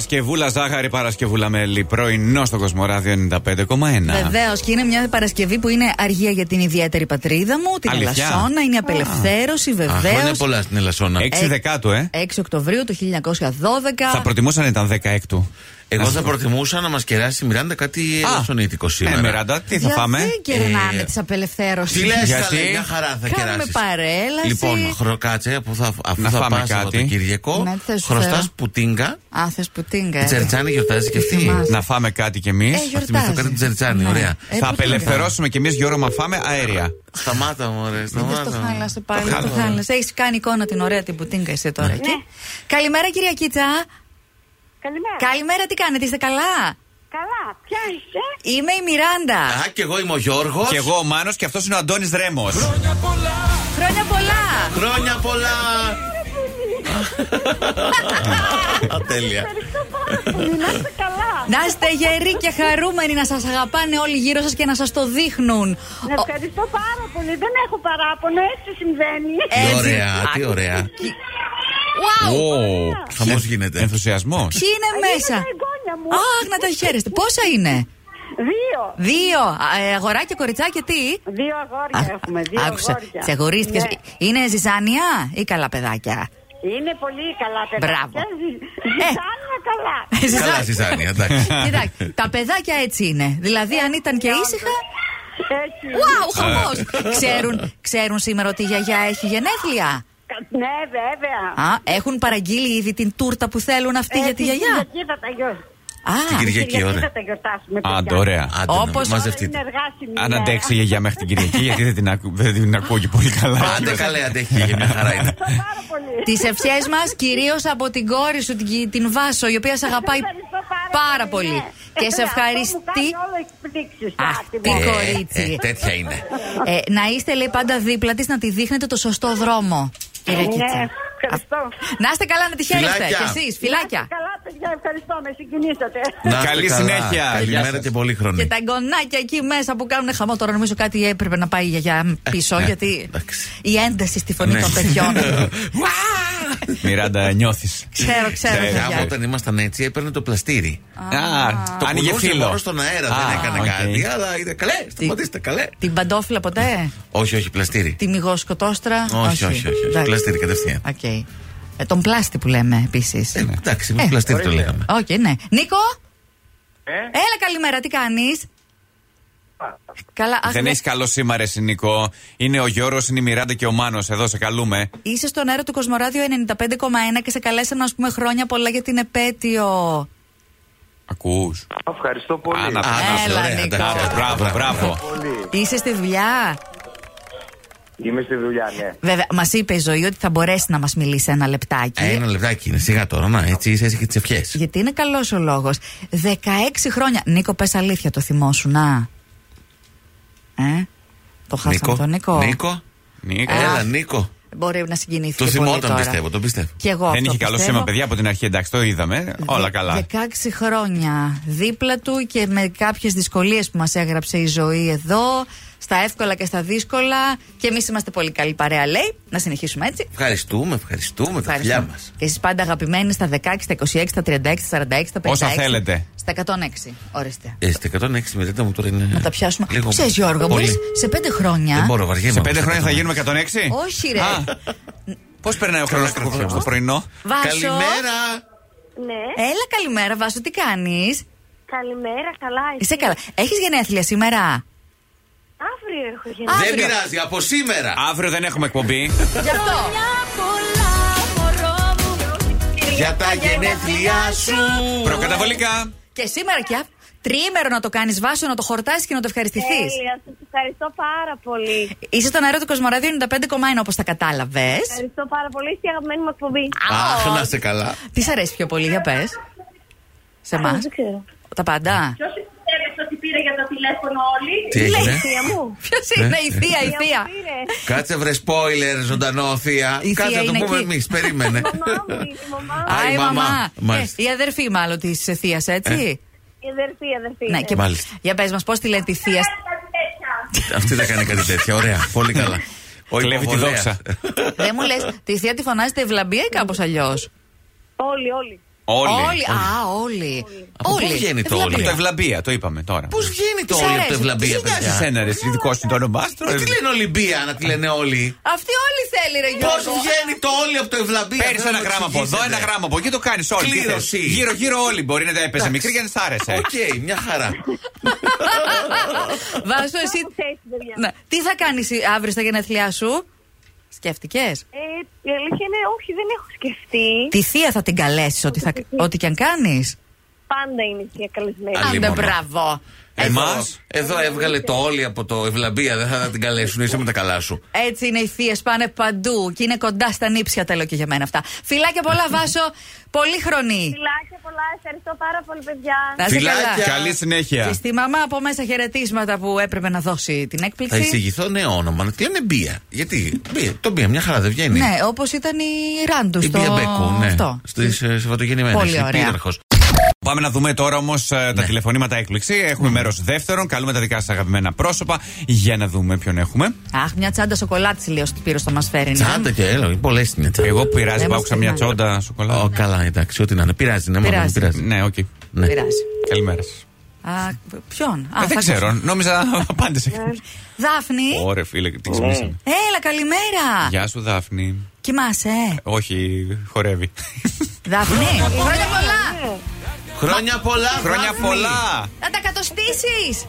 Παρασκευούλα, ζάχαρη, Παρασκευούλα μέλι. Πρωινό στο Κοσμοράδιο 95,1. Ναι. Βεβαίως και είναι μια Παρασκευή που είναι αργία για την ιδιαίτερη πατρίδα μου, την Αλήθεια? Ελασσόνα. Είναι απελευθέρωση, Αχ, βεβαίω. είναι πολλά στην Ελασσόνα. 6 δεκάτου, ε. 6 Οκτωβρίου του 1912. ε, Θα προτιμούσα να ήταν 16. Εγώ θα προτιμούσα να μας κεράσει η Μιράντα κάτι ελασσονίτικο Ε, σήμερα. Μιράντα, τι θα πάμε. και να Ε, είναι τη απελευθέρωσης. Τι λες, Γιατί? μια χαρά θα Κάνουμε κεράσεις. παρέλαση. Λοιπόν, χροκάτσε, που θα, αφού Να θα φάμε πας κάτι. το Κυριακό, Ναι, τι θα σου χρωστά φέρω. πουτίνκα. Α, θες που τίνγκα. Η ε. Τσερτσάνη γιορτάζει και αυτή. Θυμάσαι. Να φάμε κάτι κι εμείς. Ε, γιορτάζει. θυμηθώ κάτι την Τζερτζάνη, Ναι. ωραία. Ε, θα που απελευθερώσουμε κι εμείς Γιώργο μα φάμε αέρια. Σταμάτα μου, ωραία. τίνγκα. Σταμάτα. Είδες Ε, το μωρέ. χάλασε πάλι, το χάλασα. χάλασες. Έχεις κάνει εικόνα την ωραία την πουτίνγκα εσύ Ναι. τώρα εκεί. Καλημέρα, κυρία Κίτσα. Καλημέρα. Καλημέρα, τι κάνετε, είστε καλά. Καλά, Ε, ποια είσαι. Είμαι η Μιράντα. Α, και εγώ είμαι ο Γιώργος. Κι εγώ ο Μάνος και αυτός είναι ο Αντώνης Ρέμος. Χρόνια πολλά. Χρόνια πολλά. Α, Τέλεια. Ευχαριστώ πάρα πολύ. Να είστε καλά. Να είστε γεροί και χαρούμενοι να σας αγαπάνε όλοι γύρω σας και να σας το δείχνουν. Ο- Ευχαριστώ πάρα πολύ. Δεν έχω παράπονο, έτσι συμβαίνει. Ε, Τι Έτσι. ωραία, τι ωραία. Wow. Χαμό γίνεται. Ενθουσιασμός. Ποιοι ε, είναι Ε, μέσα. τα εγγόνια μου. Αχ, να τα χαίρεστε. Πόσα είναι. Δύο. Δύο. Α, ε, αγοράκια, κοριτσάκια, τι. Δύο αγόρια Ναι, έχουμε. Δύο Άκουσα. αγόρια. Σε αγορίστηκες. Ναι. Είναι ζυζάνια ή καλά παιδάκια. Είναι πολύ καλά παιδιά. Μπράβο. Ε. Και ζυ- Ζητάνε καλά. Ε, Καλά, Ζυζάνια. Ζιζάνη, εντάξει. Κοιτάξτε, τα παιδάκια έτσι είναι. Δηλαδή, αν ήταν Ναι, και ήσυχα. Έτσι. Wow, χαμός! ξέρουν, ξέρουν σήμερα ότι η γιαγιά έχει γενέθλια. Κα- Ναι, βέβαια. Α, έχουν παραγγείλει ήδη την τούρτα που θέλουν Ε, αυτοί για τη γιαγιά. Εκεί θα τα γιορτάσουμε. Α, Κυριακή, ωραία. θα τα γιορτάσουμε. Άντε, παιδιά. ωραία. Άντε, να Όπως- Τώρα Είναι μαζευτείτε. εργάσιμη. Αν ημέρα. αντέξει η γιαγιά μέχρι την Κυριακή, γιατί δεν την, ακού, δεν την ακούω και πολύ καλά. Άντε καλέ, αντέχει για μια χαρά είναι. Ευχαριστώ πάρα πολύ. Τις ευχές μας κυρίως από την κόρη σου, την, Κι- την Βάσο, η οποία σε αγαπάει Ευχαριστώ πάρα πολύ. ναι. Και σε Ε, αυτό μου ευχαριστεί. κάνει όλο εκπλήξεις, Αχ, κάτι τι μου. Ε, κορίτσι. ε, τέτοια είναι. Ε, να είστε, λέει, πάντα δίπλα της, να τη δείχνετε το σωστό δρόμο. Κυρία Ναι, Κίτσα. ευχαριστώ. Να είστε καλά, να τη χαίρεστε κι Φιλάκια. εσείς. Φιλάκια. Καλά, παιδιά, ευχαριστώ. Με συγκινήσατε. Να είστε Καλή καλά. συνέχεια. Γεια Καλημέρα σας. και πολύ Και χρονή. τα γκονάκια εκεί μέσα που κάνουν χαμό. Τώρα νομίζω κάτι έπρεπε να πάει η γιαγιά πίσω, ναι, γιατί εντάξει. η ένταση στη φωνή Ναι. των παιδιών. Μιράντα, νιώθεις. Ξέρω, ξέρω, Ναι, Άμα παιδιά. όταν ήμασταν έτσι έπαιρνε το πλαστήρι. Α, Το άνοιγε κουνούσε φίλο. μόνος στον αέρα, Α, δεν έκανε οκ. κάτι. Αλλά ήταν καλέ, σταματήστε, καλέ. Την παντόφυλλα ποτέ. Όχι, όχι, πλαστήρι. Τη μυγοσκοτόστρα. Όχι, όχι, όχι. όχι. Εντάξει. Πλαστήρι κατευθείαν. Οκ. Ε, τον πλάστη που λέμε επίσης. Ε, Εντάξει, Ε, με πλαστήρι το λέγαμε. Οκ, ναι. Νίκο, Ε, έλα καλημέρα, τι κάνεις. Καλά, αχ, Δεν ναι. έχει καλό σήμα, ρε Νίκο. Είναι ο Γιώργο, είναι η Μιράντα και ο Μάνος. Εδώ σε καλούμε. Είσαι στον αέρα του Κοσμοράδιο 95,1 και σε καλέσαμε να πούμε χρόνια πολλά για την επέτειο. Ακούς. ευχαριστώ πολύ. Άννα, Α, να σε, Έλα, ωραία, Νίκο. εντάξει. Μπράβο, μπράβο. Πολύ. Είσαι στη δουλειά. Είμαι στη δουλειά, ναι. Βέβαια, μας είπε η ζωή ότι θα μπορέσει να μας μιλήσει ένα λεπτάκι. Ε, Ένα λεπτάκι είναι, σιγά τώρα, να έτσι είσαι και τις ευχές. Γιατί είναι καλός ο λόγος. 16 χρόνια. Νίκο, πες αλήθεια, το θυμόσουν, να. Ε, το χάσαμε τον Νίκο. Νίκο. Νίκο. Έλα, Νίκο. Μπορεί να συγκινήθηκε. Το πολύ θυμόταν, τώρα. πιστεύω, τον πιστεύω. Κι εγώ Δεν αυτό είχε καλό πιστεύω. σήμα, παιδιά, από την αρχή. Εντάξει, το είδαμε. Όλα καλά. 16 χρόνια δίπλα του και με κάποιες δυσκολίες που μας έγραψε η ζωή εδώ, στα εύκολα και στα δύσκολα. Και εμείς είμαστε πολύ καλή παρέα, λέει. Να συνεχίσουμε έτσι. Ευχαριστούμε, ευχαριστούμε τα Ευχαριστούμε. φιλιά μας. Και εσείς πάντα αγαπημένοι στα 16, στα 26, στα 36, στα 46, στα 56. Όσα θέλετε. Στα 106. Ορίστε. Ε, στα 106 μερίδα μου τώρα είναι. Να τα πιάσουμε. Ξέρεις Γιώργο, Ε, πολύ. μπορείς σε 5 χρόνια. Δεν μπορώ, βαριέμαι. Σε πέντε όμως, χρόνια θα 106. γίνουμε 106. Όχι, ρε. Πώς περνάει ο χρόνο στο, στο πρωινό. Βάσο. Καλημέρα! Ναι, Έλα, καλημέρα, Βάσο, τι κάνεις καλημέρα, καλά. εσύ. Είσαι καλά. Έχεις γενέθλια σήμερα. Αύριο έχω γεννήσει. Α, Δεν Αύριο. πειράζει, από σήμερα! Αύριο δεν έχουμε εκπομπή. Γι' αυτό. Για τα γενέθλιά σου! Προκαταβολικά. Και σήμερα και αύριο. Τριήμερο να το κάνεις, Βάσο, να το χορτάσεις και να το ευχαριστηθείς. Τέλεια, σας ευχαριστώ πάρα πολύ. Είσαι στον αέρα του Κοσμοράδιο 95,1 όπως τα κατάλαβες. Ευχαριστώ πάρα πολύ. Είστε η αγαπημένη μου εκπομπή. Αχ, να σε καλά. Τι σ' αρέσει πιο πολύ, για πες. Σε εμάς. Δεν ξέρω. Τα πάντα. ε, Ποιος πιστεύετε ότι πήρε για το τηλέφωνο όλοι. Τι έγινε? Θεία μου. Ποιος είναι Ε, η θεία, η Θεία μου θεία. πήρε. Κάτσε βρε spoiler, ζωντανό θεία. Η Κάτσε θεία να το είναι πούμε εκεί. εμείς. Περίμενε. Μαμά μου, η μαμά μου. Α, Α, η η μαμά. μαμά. Ε, Μάλιστα. Η αδερφή, μάλλον της θείας, έτσι. Η αδερφή, η αδερφή. Ναι, ναι. και Ε. Μάλιστα. για πες μας, πώς τη λένε τη θεία. Ε, Αυτή δεν κάνει κάτι τέτοιο. Ωραία. Πολύ καλά. Ο Κλέβει τη υποβολέας. δόξα. Δεν μου λες, τη θεία τη φωνάζετε ευλαμπία ή κάπως αλλιώς. Όλοι, όλοι. Όλοι. Α, όλοι. Ε, Από πού βγαίνει το Από όλοι. το Ευλαμπία, το είπαμε τώρα. Πώς βγαίνει το Της όλοι από αρέσει. το Ευλαμπία, Δεν νοιάζει παιδιά. εσένα, ρε, εσύ, δικό σου είναι το όνομά σου. τώρα. Ε, Τι λένε Ολυμπία να τη λένε όλοι. Αυτή όλοι θέλει, ρε Πώς Γιώργο. βγαίνει το όλοι από το Ευλαμπία. Παίρνεις δεν ένα μου γράμμα από εδώ, εξηγήσετε. ένα γράμμα από εκεί, το κάνεις όλοι. Τι θες. Κλήρωση. Γύρω-γύρω όλοι μπορεί να τα έπαιζε μικρή για να σ' άρεσε. Οκ, μια χαρά. Βάσο, εσύ. Κάπου θέση, παιδιά. Ναι. Τι θα κάνεις αύριο στα γενέθλιά σου, Σκέφτηκες. Ε, η αλήθεια είναι όχι, δεν έχω σκεφτεί. Τη θεία θα την καλέσεις, ό,τι, θα- ό,τι και αν κάνεις. Πάντα είναι η καλεσμένη. Α, Άντε, Αλίμονο. μπράβο. Εμάς. Εδώ έβγαλε το όλοι από το Ευλαμπία, δεν θα την καλέσουν, είσαι με τα καλά σου. Έτσι είναι οι θείες, πάνε παντού και είναι κοντά στα νύψια, τα λέω και για μένα αυτά. Φιλάκια πολλά, Βάσο. Πολύ χρονή. Φιλάκια πολλά, ευχαριστώ πάρα πολύ, παιδιά. Να είσαι Φιλάκια. καλά. Καλή Και συνέχεια. στη μαμά από μέσα χαιρετίσματα που έπρεπε να δώσει την έκπληξη. Θα εισηγηθώ νέο όνομα, να τη λένε Μπία. Γιατί, Μπία, το Μπία, μια χαρά δεν βγαίνει. Ναι, όπως ήταν η Ράντου Η στο Μπία Μπέκου, ναι. αυτό. Στις Σαββατογεννημένε. Πολύ ωραία. Πάμε να δούμε τώρα όμως τα τηλεφωνήματα έκπληξη. Έχουμε μέρος δεύτερον. Καλούμε τα δικά σας αγαπημένα πρόσωπα για να δούμε ποιον έχουμε. Αχ, μια τσάντα σοκολάτη λέει ο Σπύρος θα μας φέρει. ναι. Τσάντα και έλα, πολλές είναι. τσάντα. Εγώ πειράζει, Δεν πάω μας ξανά μια θυμάται. τσόντα σοκολάτα. Ω, καλά, εντάξει, ό,τι να είναι. Πειράζει, ναι, μόνο Πειράζει. μου πειράζει. Ναι, οκ. Ναι. Πειράζει. Καλημέρα σας. Α, ποιον. Α, Ε, δεν θα ξέρω, νόμιζα απάντησε. Δάφνη. Ωραία, φίλε, την ξυπνήσαμε. Έλα, καλημέρα. Γεια σου, Δάφνη. Κοιμάσαι. ε? Όχι, χορεύει. Δάφνη. Χρόνια πολλά. Χρόνια πολλά, Χρόνια Δάφνη. πολλά! Να τα κατοστήσεις.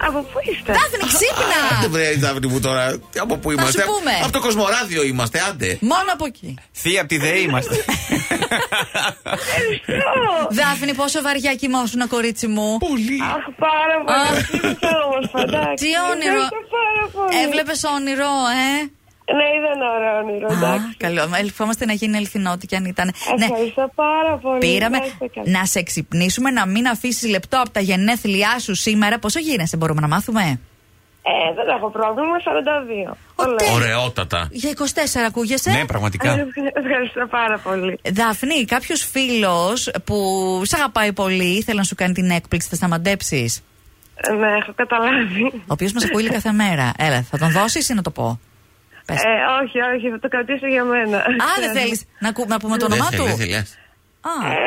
Από πού είστε? Δάφνη, Άντε ξύπνα. βρε η Δάφνη μου τώρα, από πού είμαστε. σου πούμε. Από το Κοσμοράδιο είμαστε, άντε. Μόνο από εκεί. Θεία από τη ΔΕΗ είμαστε. Δάφνη, πόσο βαριά κοιμόσουν, κορίτσι μου. Πολύ. Αχ, πάρα Α. πολύ. Τι όμορφα, εντάξει. Τι όνειρο. Ευχαριστώ πάρα πολύ. Έβλεπες όνειρο, ε. Ναι, ήταν ωραίο όνειρο, Α, εντάξει. καλό. Μα Ελπιζόμαστε να γίνει αληθινό, ό,τι και αν ήταν. Ευχαριστώ πάρα πολύ. ναι. Πήραμε Ναι. Να είστε καλά. να σε ξυπνήσουμε, να μην αφήσεις λεπτό από τα γενέθλιά σου σήμερα. Πόσο γίνεσαι, μπορούμε να μάθουμε. Ε, δεν έχω πρόβλημα, 42. Όλα. τέλειο. Ωραιότατα. Για 24 ακούγεσαι. Ναι, πραγματικά. Ευχαριστώ πάρα πολύ. Δαφνή, κάποιος φίλος που σ' αγαπάει πολύ, ήθελε να σου κάνει την έκπληξη, θα σταματέψεις. Ναι, έχω καταλάβει. Ο οποίος μας ακούει κάθε μέρα. Έλα, θα τον δώσεις ή να το πω. Πες. Ε, όχι, όχι, θα το κρατήσω για μένα. Α, δεν θέλεις να, ακού- να πούμε το Δεν όνομά θέλει, του. δεν θέλει, ας. Α, Ε,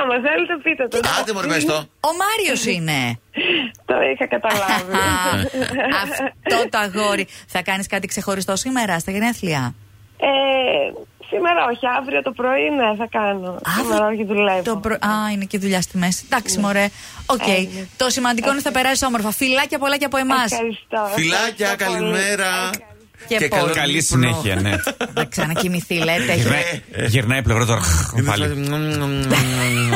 άμα θέλετε, πείτε το. Άντε μωρέ πες το. ο Ε, Μάριος είναι. Το είχα καταλάβει. Αυτό το αγόρι. Θα κάνεις κάτι ξεχωριστό σήμερα στα γενέθλια. Ε, σήμερα όχι, αύριο το πρωί ναι, θα κάνω. σήμερα όχι δουλεύω. το προ- Α, είναι και η δουλειά στη μέση. Εντάξει, μωρέ. Οκ. Ναι. Ε, ναι. Ε, Το σημαντικό είναι ότι θα περάσει όμορφα. Φιλάκια πολλά και από εμάς. Ευχαριστώ. Φιλάκια, Ευχαριστώ πολύ. καλημέρα. πολύ. Καλή συνέχεια, ναι. Να ξανακοιμηθεί, λέτε. Ε, Έχει Γυρνάει- Γυρνάει πλευρό τώρα. Πάλι.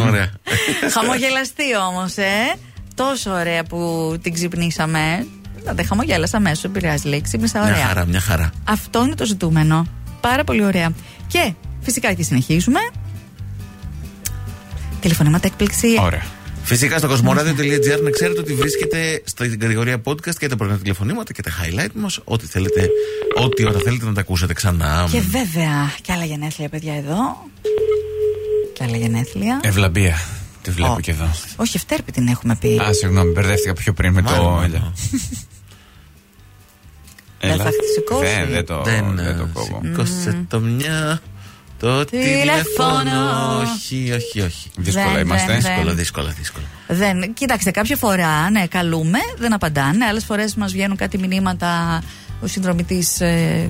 Ωραία. Χαμογελαστή όμως, ε. Τόσο ωραία που την ξυπνήσαμε. Να δεν χαμογέλασα αμέσως, δεν πειράζει λέει. Ξύπνησα Μια ωραία. χαρά, μια χαρά. Αυτό είναι το ζητούμενο. Πάρα πολύ ωραία. Και φυσικά και συνεχίζουμε. Τηλεφωνήματα έκπληξη. Ωραία. Φυσικά στο κοσμοράδιο.gr να ξέρετε ότι βρίσκεται στην κατηγορία podcast και τα πρωινά τηλεφωνήματα και τα highlight μας. Ό,τι θέλετε, ό,τι ώρα θέλετε να τα ακούσετε ξανά. Και βέβαια και άλλα γενέθλια, παιδιά, εδώ. Και άλλα γενέθλια. Ευλαμπία. Τη Ε, βλέπω και εδώ. Όχι, ευτέρπη την έχουμε πει. Α, συγγνώμη, μπερδεύτηκα πιο πριν με το. Μάλλον, Έλα. μάλλον. Δεν θα χτυπηκώσει. Δεν δεν το Δεν δεν το ε, κόβω. σήκωσε το μια το τηλέφωνο. Όχι, όχι, όχι. Δύσκολα Δεν, δεν, είμαστε. δεν. Δύσκολα, δύσκολα, δύσκολα. Δεν, κοιτάξτε, κάποια φορά, ναι, καλούμε, δεν απαντάνε. Άλλες φορές μας βγαίνουν κάτι μηνύματα, ο συνδρομητής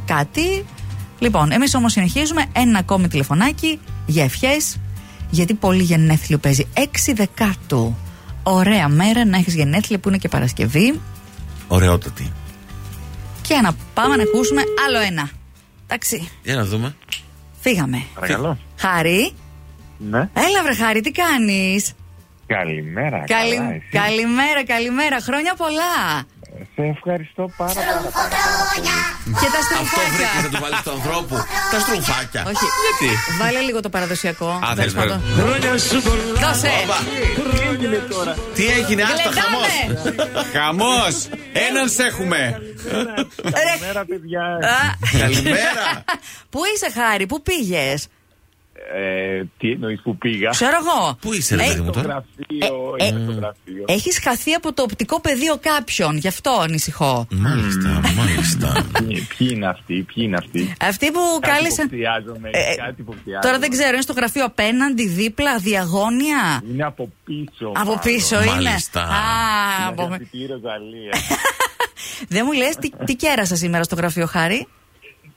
κάτι. Λοιπόν, εμείς όμως συνεχίζουμε. Ένα ακόμη τηλεφωνάκι για ευχές. Γιατί πολύ γενέθλιο παίζει. 6 Δεκάτου. Ωραία μέρα να έχεις γενέθλια που είναι και Παρασκευή. Ωραιότατη. Και να πάμε να ακούσουμε άλλο ένα. Εντάξει, Για να δούμε. φύγαμε. Παρακαλώ. Χάρη. Ναι. Έλα, βρε, Χάρη, τι κάνεις. Ναι, Καλημέρα. καλά, εσύ. Καλημέρα, καλημέρα. Χρόνια πολλά. Σε ευχαριστώ πάρα πολύ. Και τα Αυτό βρήκε να στριφάκια. του βάλει του ανθρώπου. Τα στρουμφάκια. Όχι. Γιατί. Βάλε λίγο το παραδοσιακό. Α, Τέλος θες, βέβαια. πάντων. Δώσε. Όπα. Τι έγινε, άστα χαμό. Γλεντάμε. Χαμός! Έναν σε έχουμε! Ρε. Καλημέρα, παιδιά. Α, Καλημέρα. Πού είσαι, Χάρη, πού πήγες. ε, τι εννοείς που πήγα. Ξέρω εγώ. Πού είσαι, ρε Ε, παιδί μου Στο τώρα. γραφείο, Ε, ε, είμαι στο γραφείο. Έχεις χαθεί από το οπτικό πεδίο κάποιον, γι' αυτό ανησυχώ. Μάλιστα, μάλιστα. Ε, Ποιοι ποιοι είναι αυτοί, ποιοι είναι αυτοί. Αυτοί που Ε, κάλεσαν. υποψιάζομαι, Ε, ε, κάτι υποψιάζομαι. τώρα δεν ξέρω, είναι στο γραφείο απέναντι, δίπλα, διαγώνια. Είναι από πίσω. από μάλλον. πίσω είναι. Μάλιστα. Α, Είναι από... αυτή τη Ροζαλία. Δεν μου λες τι, τι κέρασα σήμερα στο γραφείο, Χάρη.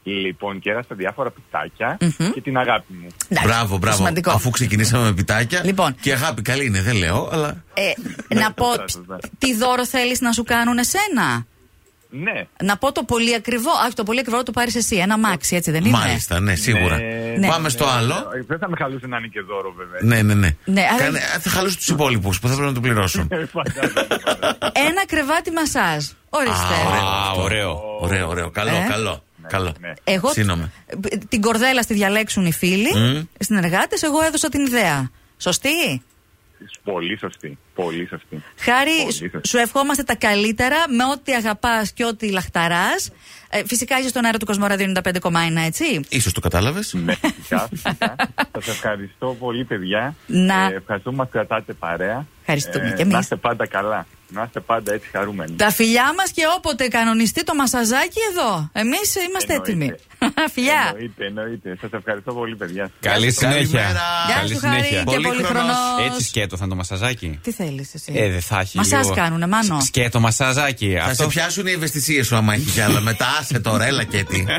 λοιπόν, κέρασα διάφορα πιτάκια Μμμ. και την αγάπη μου. Εντάξει, Μπράβο, μπράβο. Σημαντικό. Αφού ξεκινήσαμε με πιτάκια. Λοιπόν. Και αγάπη, καλή είναι, δεν λέω, αλλά. Ε, να πω Ναι, τ- ναι, ναι. τι δώρο θέλεις να σου κάνουν εσένα. Ναι. Να πω το πολύ ακριβό. Α, το πολύ ακριβό το πάρεις εσύ. Ένα μάξι, έτσι δεν είναι. Μάλιστα, ναι, σίγουρα. Ναι, Ναι. Πάμε στο άλλο. Ε, Δεν θα με χαλούσε να είναι και δώρο, βέβαια. Ναι, ναι, ναι. Ναι, αλλά- Κάνε- α, Θα χαλούσε τους υπόλοιπους που θα πρέπει να το πληρώσουν. Ε, φαντάζομαι, φαντάζομαι. Ένα κρεβάτι μασάζ. Ορίστε. Α, ωραίο. Α, αυτό. ωραίο. Ωραίο, ωραίο. Καλό, Ε. καλό. καλό. ναι. Εγώ Σύνομα. ε, την κορδέλα στη διαλέξουν οι φίλοι, Μμ. οι συνεργάτε. Εγώ έδωσα την ιδέα. Σωστή. Πολύ σωστή. Πολύ σωστή. Χάρη, Πολύ σου- σωστή. σου ευχόμαστε τα καλύτερα με ό,τι αγαπάς και ό,τι λαχταράς. φυσικά είσαι στον αέρα του Κοσμοράδιο 95,1, έτσι. σω το κατάλαβες. Ναι, φυσικά, φυσικά. Σας ευχαριστώ πολύ, παιδιά. Να. Ε, ευχαριστώ που μα κρατάτε παρέα. Ε, Ευχαριστούμε κι εμείς. Να είστε πάντα καλά. Να είστε πάντα έτσι χαρούμενοι. Τα φιλιά μας και όποτε κανονιστεί το μασαζάκι εδώ. Εμείς είμαστε Εννοείται. έτοιμοι. Φιλιά. Εννοείται, εννοείται. Σας ευχαριστώ πολύ, παιδιά. Καλή συνέχεια. Καλημέρα. Γεια Καλή σου, Χάρη, συνέχεια. και Πολύ πολυχρονός. χρονός. Έτσι σκέτο θα είναι το μασαζάκι. Τι θέλεις εσύ. Ε, δεν θα έχει. Μασάζ λίγο- κάνουνε, Μάνο. Σκέτο μασαζάκι. Θα σε Αυτό πιάσουν οι ευαισθησίες σου άμα έχει κι άλλα. Μετά άσε τώρα, έλα και τι.